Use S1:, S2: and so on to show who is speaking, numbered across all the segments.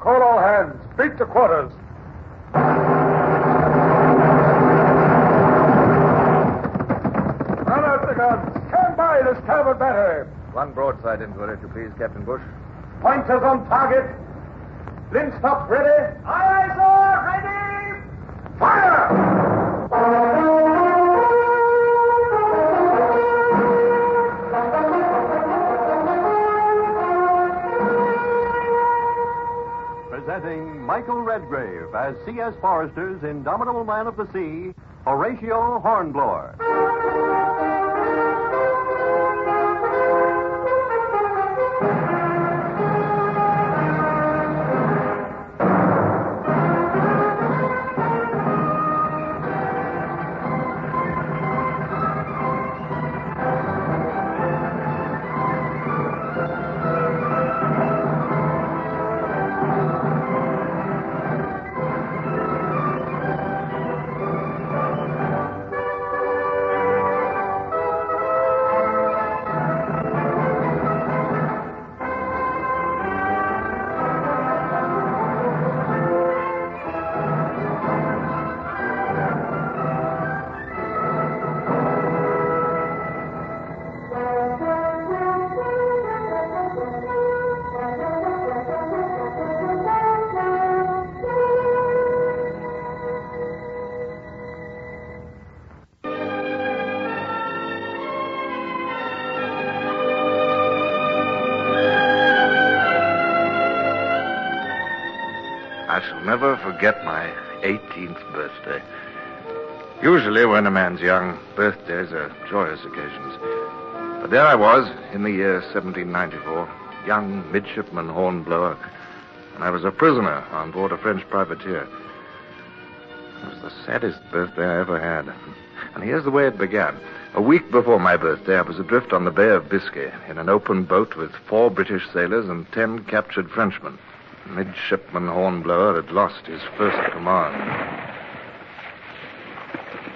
S1: Call all hands. Beat to quarters. Man out the guns. Stand by the starboard battery.
S2: One broadside into it, if you please, Captain Bush.
S1: Pointers on target. Linstop's ready. Aye, aye, sir. Ready. Fire!
S3: Presenting Michael Redgrave as C.S. Forrester's indomitable man of the sea, Horatio Hornblower.
S2: I shall never forget my 18th birthday. Usually, when a man's young, birthdays are joyous occasions. But there I was, in the year 1794, young midshipman hornblower, and I was a prisoner on board a French privateer. It was the saddest birthday I ever had. And here's the way it began. A week before my birthday, I was adrift on the Bay of Biscay in an open boat with four British sailors and ten captured Frenchmen. Midshipman Hornblower had lost his first command.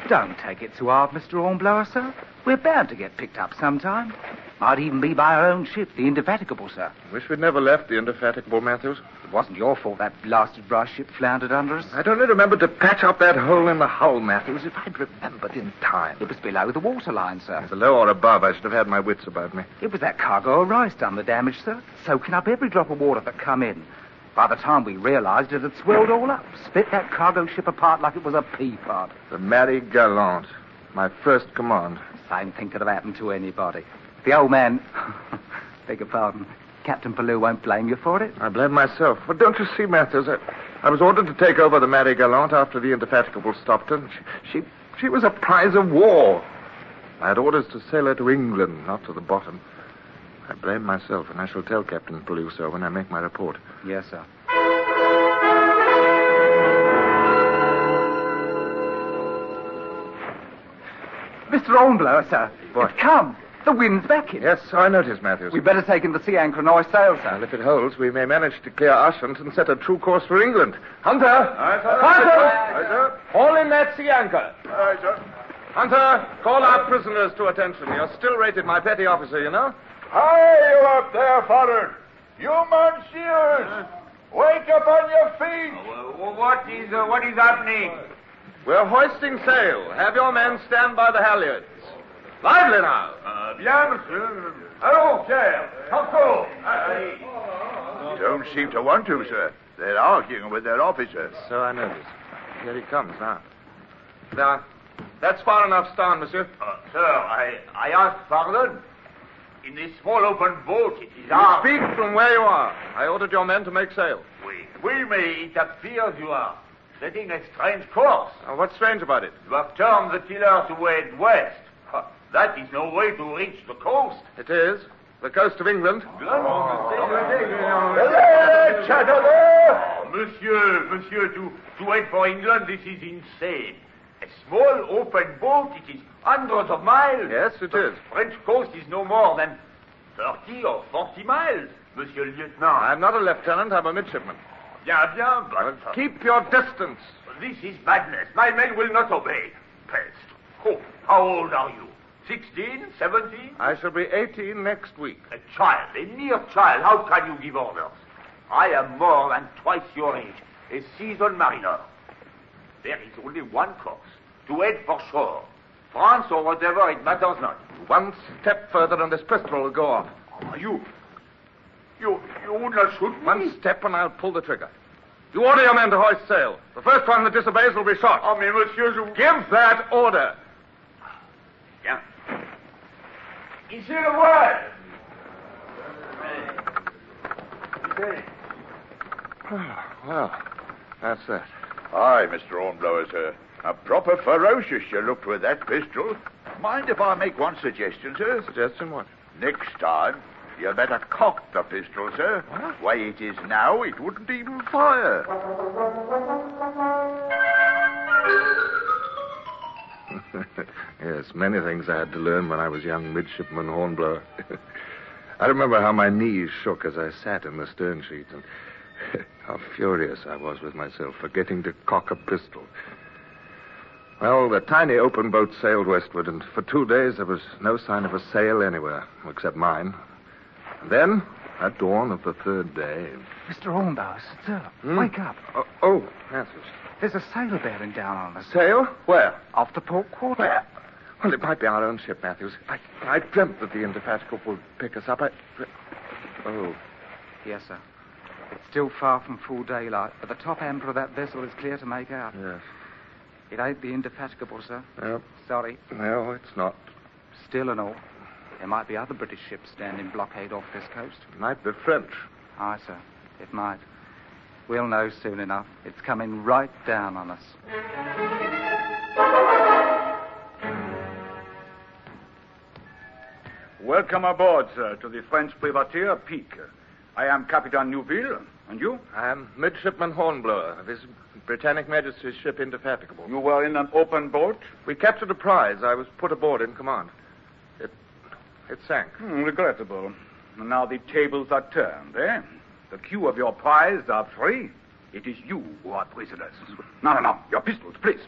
S4: Don't take it too hard, Mr. Hornblower, sir. We're bound to get picked up sometime. Might even be by our own ship, the Indefatigable, sir.
S2: Wish we'd never left the indefatigable Matthews.
S4: It wasn't your fault that blasted brass ship floundered under us.
S2: I'd only remembered to patch up that hole in the hull, Matthews, if I'd remembered in time.
S4: It was below the waterline, sir.
S2: Below or above, I should have had my wits about me.
S4: It was that cargo of rice done the damage, sir, soaking up every drop of water that come in. By the time we realized it had swelled all up, split that cargo ship apart like it was a pea pod.
S2: The Mary Gallant, my first command.
S4: Same thing could have happened to anybody. The old man, beg your pardon, Captain Palou won't blame you for it.
S2: I blame myself. But don't you see, Matthews, I, I was ordered to take over the Mary Gallant after the indefatigable Stopton. She, she, she was a prize of war. I had orders to sail her to England, not to the bottom. I blame myself, and I shall tell Captain Palou so when I make my report.
S4: Yes, sir. Mr. Hornblower, sir.
S2: What?
S4: It's come. The wind's backing.
S2: Yes, I notice, Matthews.
S4: We'd better take in the sea anchor and hoist sail, sir.
S2: And if it holds, we may manage to clear Ushant and set a true course for England. Hunter! Aye, sir. Hunter! Haul in that sea anchor. Aye, sir. Hunter, call our prisoners to attention. You're still rated my petty officer, you know.
S1: Hi, you up there, Father. You monsieurs. Wake up on your feet.
S5: What is uh, what is happening?
S2: We're hoisting sail. Have your men stand by the halyards. Lively now!
S5: Uh,
S1: Bien, monsieur.
S5: Oh,
S1: Okay. Coco.
S5: Don't seem to want to, sir. They're arguing with their officer.
S2: So I notice. Here he comes now. Now, that's far enough down, monsieur.
S5: Uh, sir, I I ask pardon. In this small open boat, it is
S2: You
S5: our.
S2: speak from where you are. I ordered your men to make sail.
S5: We, we may, it appears you are setting a strange course.
S2: Now, what's strange about it?
S5: You have turned the tiller toward west. Ha, That is no way to reach the coast.
S2: It is the coast of England.
S5: Oh.
S1: Hey, Chatterer.
S5: Oh, Monsieur, monsieur, to, to wait for England, this is insane. A small open boat, it is hundreds of miles.
S2: Yes, it
S5: The
S2: is.
S5: French coast is no more than 30 or 40 miles, monsieur lieutenant.
S2: I'm not a lieutenant, I'm a midshipman.
S5: Bien, bien, but
S2: Keep your distance.
S5: this is madness. My men will not obey. Pest. Oh, how old are you? 16, 17?
S2: I shall be 18 next week.
S5: A child, a mere child. How can you give orders? I am more than twice your age, a seasoned mariner. There is only one course, to head for shore. France or whatever, it matters not.
S2: One step further and this pistol will go off.
S5: Ah, you, you, you would not shoot me?
S2: One step and I'll pull the trigger. You order your men to hoist sail. The first one that disobeys will be shot.
S5: Ah, mais monsieur, je...
S2: Give that order.
S5: Bien. Ici le voile. Ici.
S2: Well, that's that.
S1: Aye, Mr. Hornblower, sir. A proper ferocious you looked with that pistol. Mind if I make one suggestion, sir?
S2: Suggestion what?
S1: Next time, you better cock the pistol, sir. Way it is now, it wouldn't even fire.
S2: yes, many things I had to learn when I was young midshipman hornblower. I remember how my knees shook as I sat in the stern sheets and how furious I was with myself for getting to cock a pistol. Well, the tiny open boat sailed westward, and for two days there was no sign of a sail anywhere except mine. And then, at dawn of the third day.
S4: Mr. Hornblower, stir.
S2: Hmm?
S4: Wake up.
S2: Oh, oh Francis.
S4: There's a sailor bearing down on us.
S2: Sail? Where?
S4: Off the port quarter.
S2: Where? Well, it might be our own ship, Matthews. I, I dreamt that the Indefatigable would pick us up. I. Oh.
S4: Yes, sir. It's still far from full daylight, but the top amber of that vessel is clear to make out.
S2: Yes.
S4: It ain't the indefatigable, sir.
S2: No,
S4: Sorry.
S2: no, it's not.
S4: Still and all, there might be other British ships standing blockade off this coast.
S2: It might be French.
S4: Aye, sir. It might. We'll know soon enough. It's coming right down on us.
S6: Welcome aboard, sir, to the French privateer Peak. I am Captain Neuville, and you?
S2: I am Midshipman Hornblower of His Britannic Majesty's ship Indefatigable.
S6: You were in an open boat?
S2: We captured a prize. I was put aboard in command. It, it sank.
S6: Hmm, regrettable. Now the tables are turned, eh? The crew of your prize are free. It is you who are prisoners. No, no, no. Your pistols, please.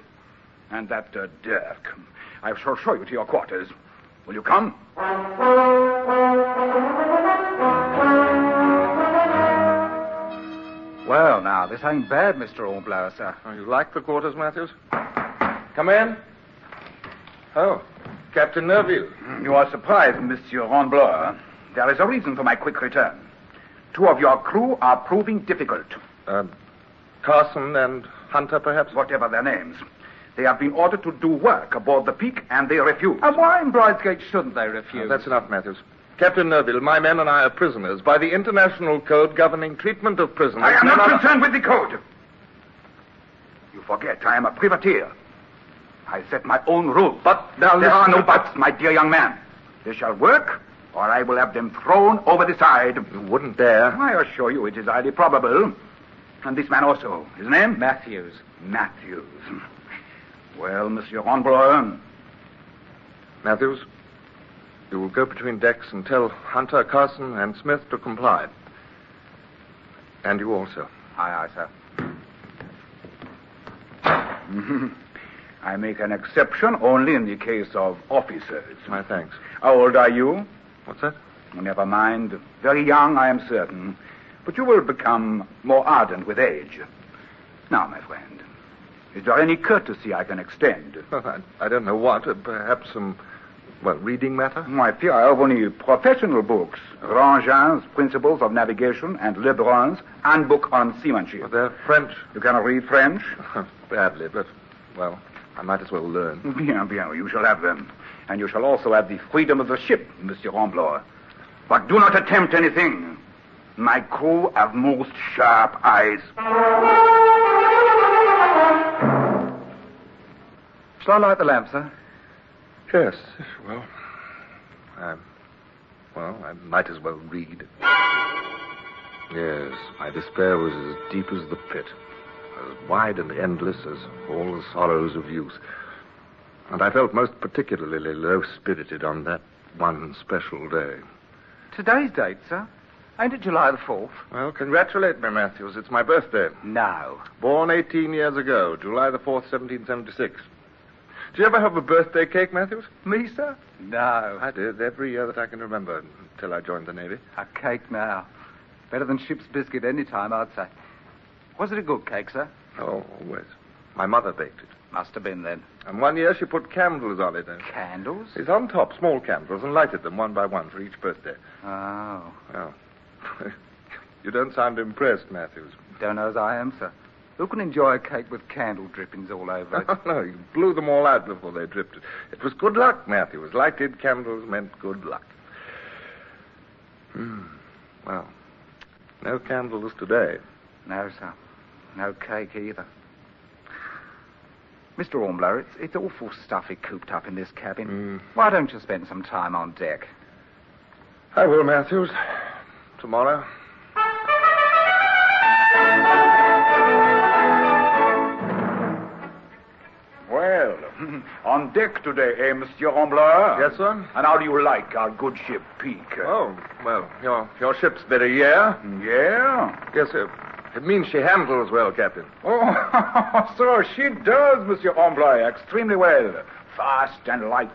S6: And that uh, dirk. I shall show you to your quarters. Will you come?
S4: Well, now, this ain't bad, Mr. Hornblower, sir.
S2: Oh, you like the quarters, Matthews? Come in. Oh, Captain Nerville.
S6: You are surprised, Monsieur Hornblower. There is a reason for my quick return. Two of your crew are proving difficult,
S2: Uh, Carson and Hunter, perhaps?
S6: whatever their names. They have been ordered to do work aboard the Peak, and they refuse. And Uh, why in Bridesgate shouldn't they
S2: Oh,
S6: refuse?
S2: that's enough, Matthews. Captain Nerville, my men and I are prisoners by the international code governing treatment of prisoners.
S6: I am
S2: none
S6: not
S2: other-
S6: concerned with the code. You forget I am a privateer. I set my own rules. But
S2: now
S6: there are
S2: listen
S6: no
S2: to-
S6: buts, my dear young man. They shall work, or I will have them thrown over the side.
S2: You wouldn't dare.
S6: I assure you it is highly probable. And this man also. His name?
S4: Matthews.
S6: Matthews. Well, Monsieur Hornblower,
S2: Matthews, you will go between decks and tell Hunter, Carson, and Smith to comply. And you also.
S4: Aye, aye, sir.
S6: I make an exception only in the case of officers.
S2: My thanks.
S6: How old are you?
S2: What's that?
S6: Never mind. Very young, I am certain. But you will become more ardent with age. Now, my friend, is there any courtesy I can extend?
S2: Well, I, I don't know what. Uh, perhaps some, well, reading matter?
S6: I fear I have only professional books. Rangin's Principles of Navigation and Lebrun's Handbook on
S2: Well,
S6: Seamanship.
S2: they're French.
S6: You cannot read French?
S2: Badly, but, well, I might as well learn.
S6: Bien, bien, you shall have them. And you shall also have the freedom of the ship, Monsieur Hornblower. But do not attempt anything. My crew have most sharp eyes.
S4: Shall I light the lamp, sir?
S2: Yes, well, I, well, I might as well read. Yes, my despair was as deep as the pit, as wide and endless as all the sorrows of youth. And I felt most particularly low spirited on that one special day.
S4: Today's date, sir. Ain't it July the 4th?
S2: Well, congratulate me, Matthews. It's my birthday.
S4: No.
S2: Born 18 years ago, July the 4th, 1776. Did you ever have a birthday cake, Matthews?
S4: Me, sir? No.
S2: I did every year that I can remember until I joined the Navy.
S4: A cake now. Better than ship's biscuit any time, I'd say. Was it a good cake, sir?
S2: Oh, always. My mother baked it.
S4: Must have been then.
S2: And one year she put candles on it. And
S4: Candles?
S2: it's on top, small candles, and lighted them one by one for each birthday.
S4: Oh,
S2: Well, you don't sound impressed, Matthews.
S4: don't know as I am, sir. Who can enjoy a cake with candle drippings all over it?
S2: Oh, no, you blew them all out before they dripped it. It was good luck, Matthews. Lighted candles meant good luck. Hmm. Well, no candles today.
S4: no, sir. No cake either. Mr. Ormblower, it's, it's awful stuffy cooped up in this cabin.
S2: Mm.
S4: Why don't you spend some time on deck?
S2: I will, Matthews. Tomorrow.
S6: Well, on deck today, eh, Monsieur Ambler?
S2: Yes, sir?
S6: And how do you like our good ship Peak?
S2: Oh, well, your, your ship's been a year.
S6: Yeah?
S2: Yes, sir. It means she handles well, Captain.
S6: Oh, so she does, Monsieur Ambler, extremely well. Fast and light.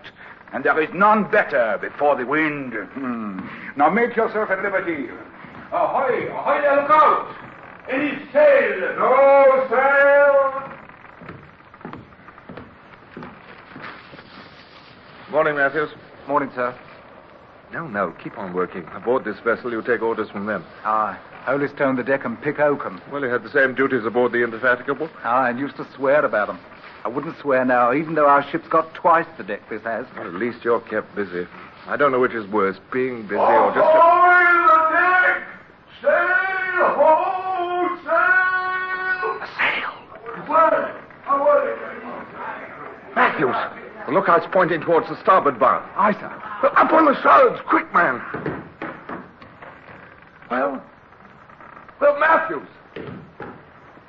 S6: And there is none better before the wind. Hmm. Now make yourself at liberty.
S5: Ahoy! Ahoy there, look out! Any sail!
S1: No sail!
S2: Morning, Matthews.
S4: Morning, sir.
S2: No, no, keep on working. Aboard this vessel, you take orders from them.
S4: Aye. Holystone the deck and pick oakum.
S2: Well, you had the same duties aboard the Indefatigable.
S4: Aye, and used to swear about 'em. I wouldn't swear now, even though our ship's got twice the deck this has.
S2: Well, at least you're kept busy. I don't know which is worse, being busy or just...
S1: Ahoy the deck! Sail! Ho! Sail! A sail! Where? How are you?
S2: Matthews! The lookout's pointing towards the starboard bow.
S4: Aye, sir.
S2: Well, up on the shrouds, quick, man! Well? Well, Matthews!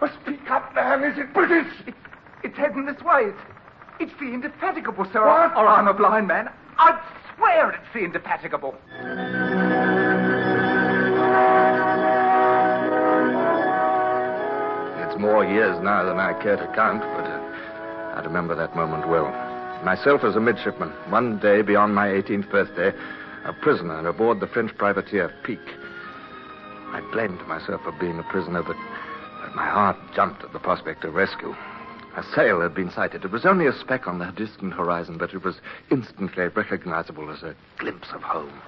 S2: Well, speak up, man. Is it British?
S4: It's heading this way. It's, it's the indefatigable, sir. Or I'm a blind man. I'd swear it's the indefatigable.
S2: It's more years now than I care to count, but uh, I remember that moment well. Myself as a midshipman, one day beyond my 18th birthday, a prisoner aboard the French privateer Peak. I blamed myself for being a prisoner, but, but my heart jumped at the prospect of rescue. A sail had been sighted. It was only a speck on the distant horizon, but it was instantly recognizable as a glimpse of home.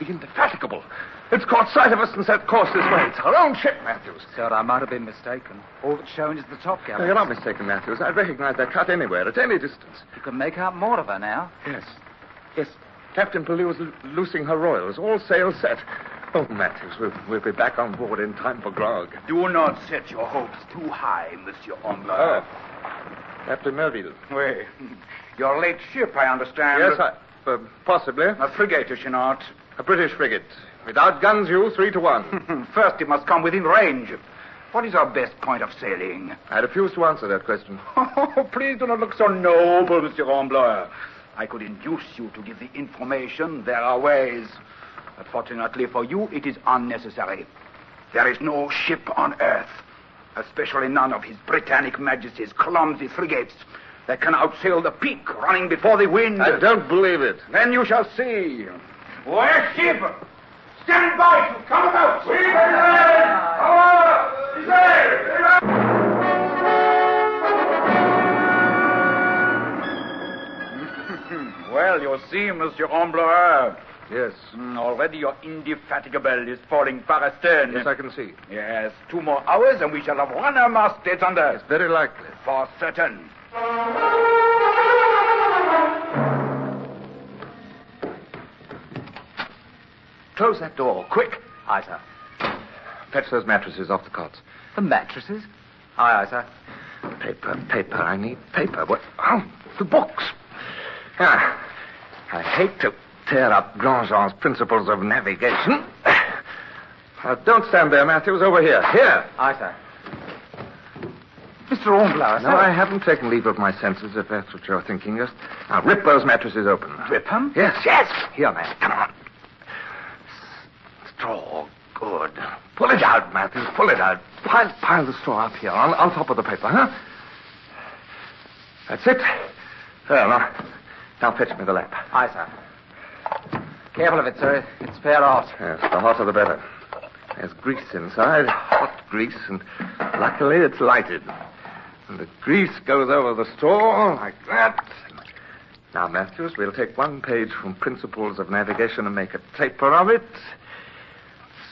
S2: The indefatigable! It's caught sight of us and set course this way. It's our own ship, Matthews.
S4: Sir, I might have been mistaken. All that's shown is the top
S2: No,
S4: gallery.
S2: you're not mistaken, Matthews. I recognize that cut anywhere, at any distance.
S4: You can make out more of her now.
S2: Yes. Yes. Captain Pellew's l- loosing her royals. All sail set. Oh, Matthews, we'll, we'll be back on board in time for grog.
S6: Do not set your hopes too high, Monsieur Ambler.
S2: Oh. Captain Melville.
S6: Wait. Your late ship, I understand.
S2: yes, I, uh, possibly.
S6: A frigate, is she not?
S2: A British frigate. It outguns you three to one.
S6: Hmm. First, it must come within range. What is our best point of sailing?
S2: I refuse to answer that question.
S6: Oh, please do not look so noble, Monsieur Ambler. I could induce you to give the information. There are ways. But fortunately for you, it is unnecessary. There is no ship on earth, especially none of His Britannic Majesty's clumsy frigates, that can outsail the peak running before the wind.
S2: I don't believe it.
S6: Then you shall see.
S5: Where ship? Stand by to come about!
S1: We've been Ahoy! Sail!
S6: Well, you see, Monsieur Ambler,
S2: Yes.
S6: already your indefatigable is falling far astern.
S2: Yes, I can see.
S6: Yes, two more hours and we shall have run our mastheads under.
S2: It's very likely.
S6: For certain.
S2: Close that door, quick.
S4: Aye, sir.
S2: Fetch those mattresses off the cots.
S4: The mattresses? Aye, aye, sir.
S2: Paper, paper. I need paper. What? Oh, the books. Ah, I hate to tear up Grandjean's principles of navigation. Now, don't stand there, Matthews. Over here. Here.
S4: Aye, sir. Mr. Ormblower, sir.
S2: No, I haven't taken leave of my senses, if that's what you're thinking. Just now, rip those mattresses open.
S4: Rip 'em?
S2: Yes, yes. Here, man. Come on. S- Straw. Good. Pull it out, Matthews. Pull it out. Pile, pile the straw up here on, on top of the paper, huh? That's it. There, now. Now fetch me the lamp.
S4: Aye, sir. Careful of it, sir. It's fair out.
S2: Yes, the hotter the better. There's grease inside, hot grease, and luckily it's lighted. And the grease goes over the straw like that. Now, Matthews, we'll take one page from Principles of Navigation and make a taper of it.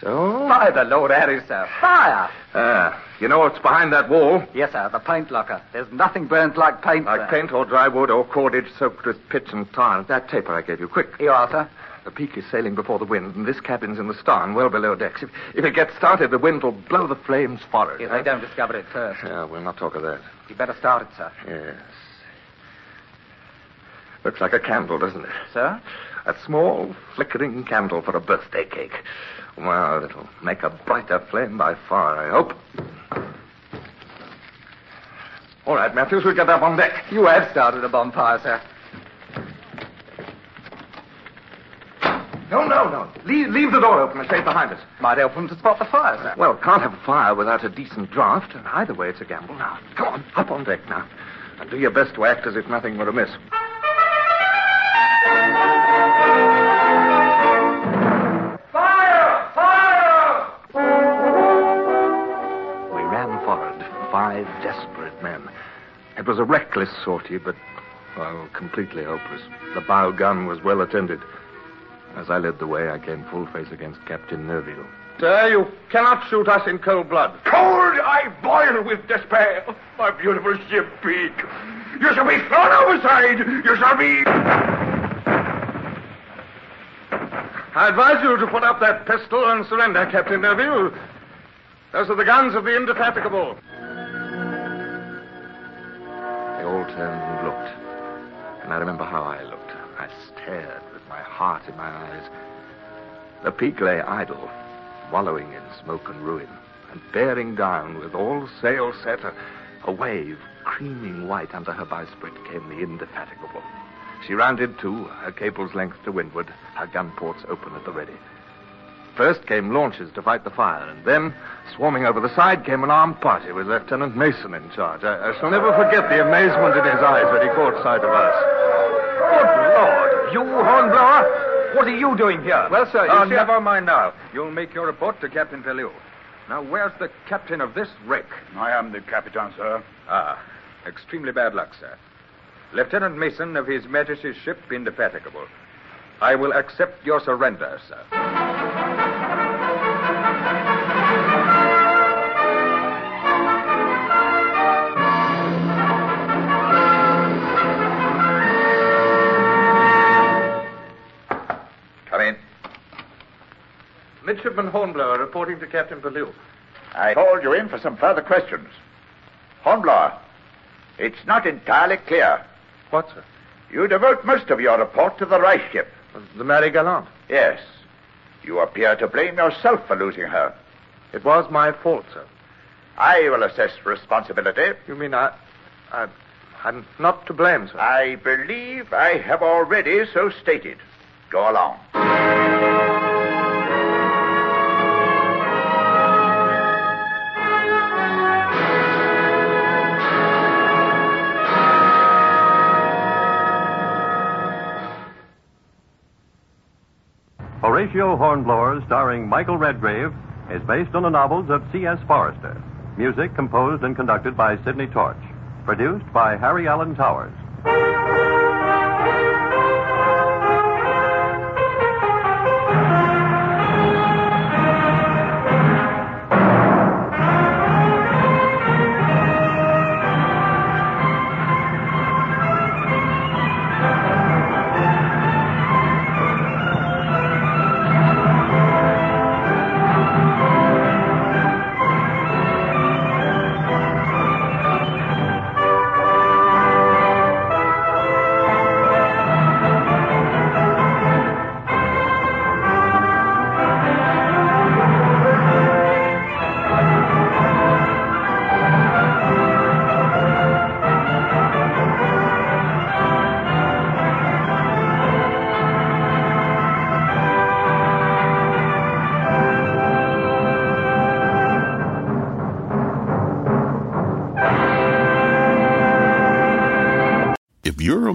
S2: So.
S4: By the Lord Harry, sir. Fire!
S2: Ah, you know what's behind that wall?
S4: Yes, sir, the paint locker. There's nothing burns like paint,
S2: Like
S4: sir.
S2: paint or dry wood or cordage soaked with pitch and tar. That taper I gave you, quick.
S4: Here you are, sir.
S2: The peak is sailing before the wind, and this cabin's in the starn, well below decks. If, if it gets started, the wind will blow the flames forward.
S4: If
S2: huh?
S4: they don't discover it first,
S2: Yeah, we'll not talk of that.
S4: you better start it, sir.
S2: Yes. Looks like a candle, doesn't it?
S4: Sir?
S2: A small, flickering candle for a birthday cake. Well, it'll make a brighter flame by far, I hope. All right, Matthews, we'll get up on deck.
S4: You have started a bonfire, sir.
S2: No, no, no. Leave, leave the door open and stay behind us.
S4: Might help them to spot the fire, sir.
S2: Well, can't have a fire without a decent draft, and either way it's a gamble. Now, come on, up on deck now, and do your best to act as if nothing were amiss.
S5: Fire! Fire!
S2: We ran forward, five desperate men. It was a reckless sortie, but, well, completely hopeless. The bow gun was well attended. As I led the way, I came full face against Captain Nerville. Sir, you cannot shoot us in cold blood.
S6: Cold, I boil with despair. My beautiful ship, Pete. You shall be thrown overside. You shall be.
S2: I advise you to put up that pistol and surrender, Captain Nerville. Those are the guns of the Indefatigable. They all turned and looked. And I remember how I looked. I stared with my heart in my eyes. The peak lay idle, wallowing in smoke and ruin, and bearing down with all sail set. A, a wave, creaming white under her bowsprit, came the Indefatigable. She rounded to, her cable's length to windward, her gun ports open at the ready. First came launches to fight the fire, and then, swarming over the side, came an armed party with Lieutenant Mason in charge. I, I shall never forget the amazement in his eyes when he caught sight of us. Good Lord! You hornblower? What are you doing here? Well, sir, you
S6: Oh,
S2: see-
S6: never mind now. You'll make your report to Captain Pellew. Now, where's the captain of this wreck? I am the captain, sir. Ah, extremely bad luck, sir. Lieutenant Mason of His Majesty's ship Indefatigable. I will accept your surrender, sir.
S2: Come in. Midshipman Hornblower reporting to Captain Bellew.
S5: I called you in for some further questions. Hornblower, it's not entirely clear.
S2: What, sir?
S5: You devote most of your report to the Reich ship.
S2: The Mary Gallant.
S5: Yes. You appear to blame yourself for losing her.
S2: It was my fault, sir.
S5: I will assess responsibility.
S2: You mean I, I, I'm not to blame, sir.
S5: I believe I have already so stated. Go along.
S3: Horatio Hornblower, starring Michael Redgrave, is based on the novels of C.S. Forrester. Music composed and conducted by Sidney Torch. Produced by Harry Allen Towers.
S7: If you're a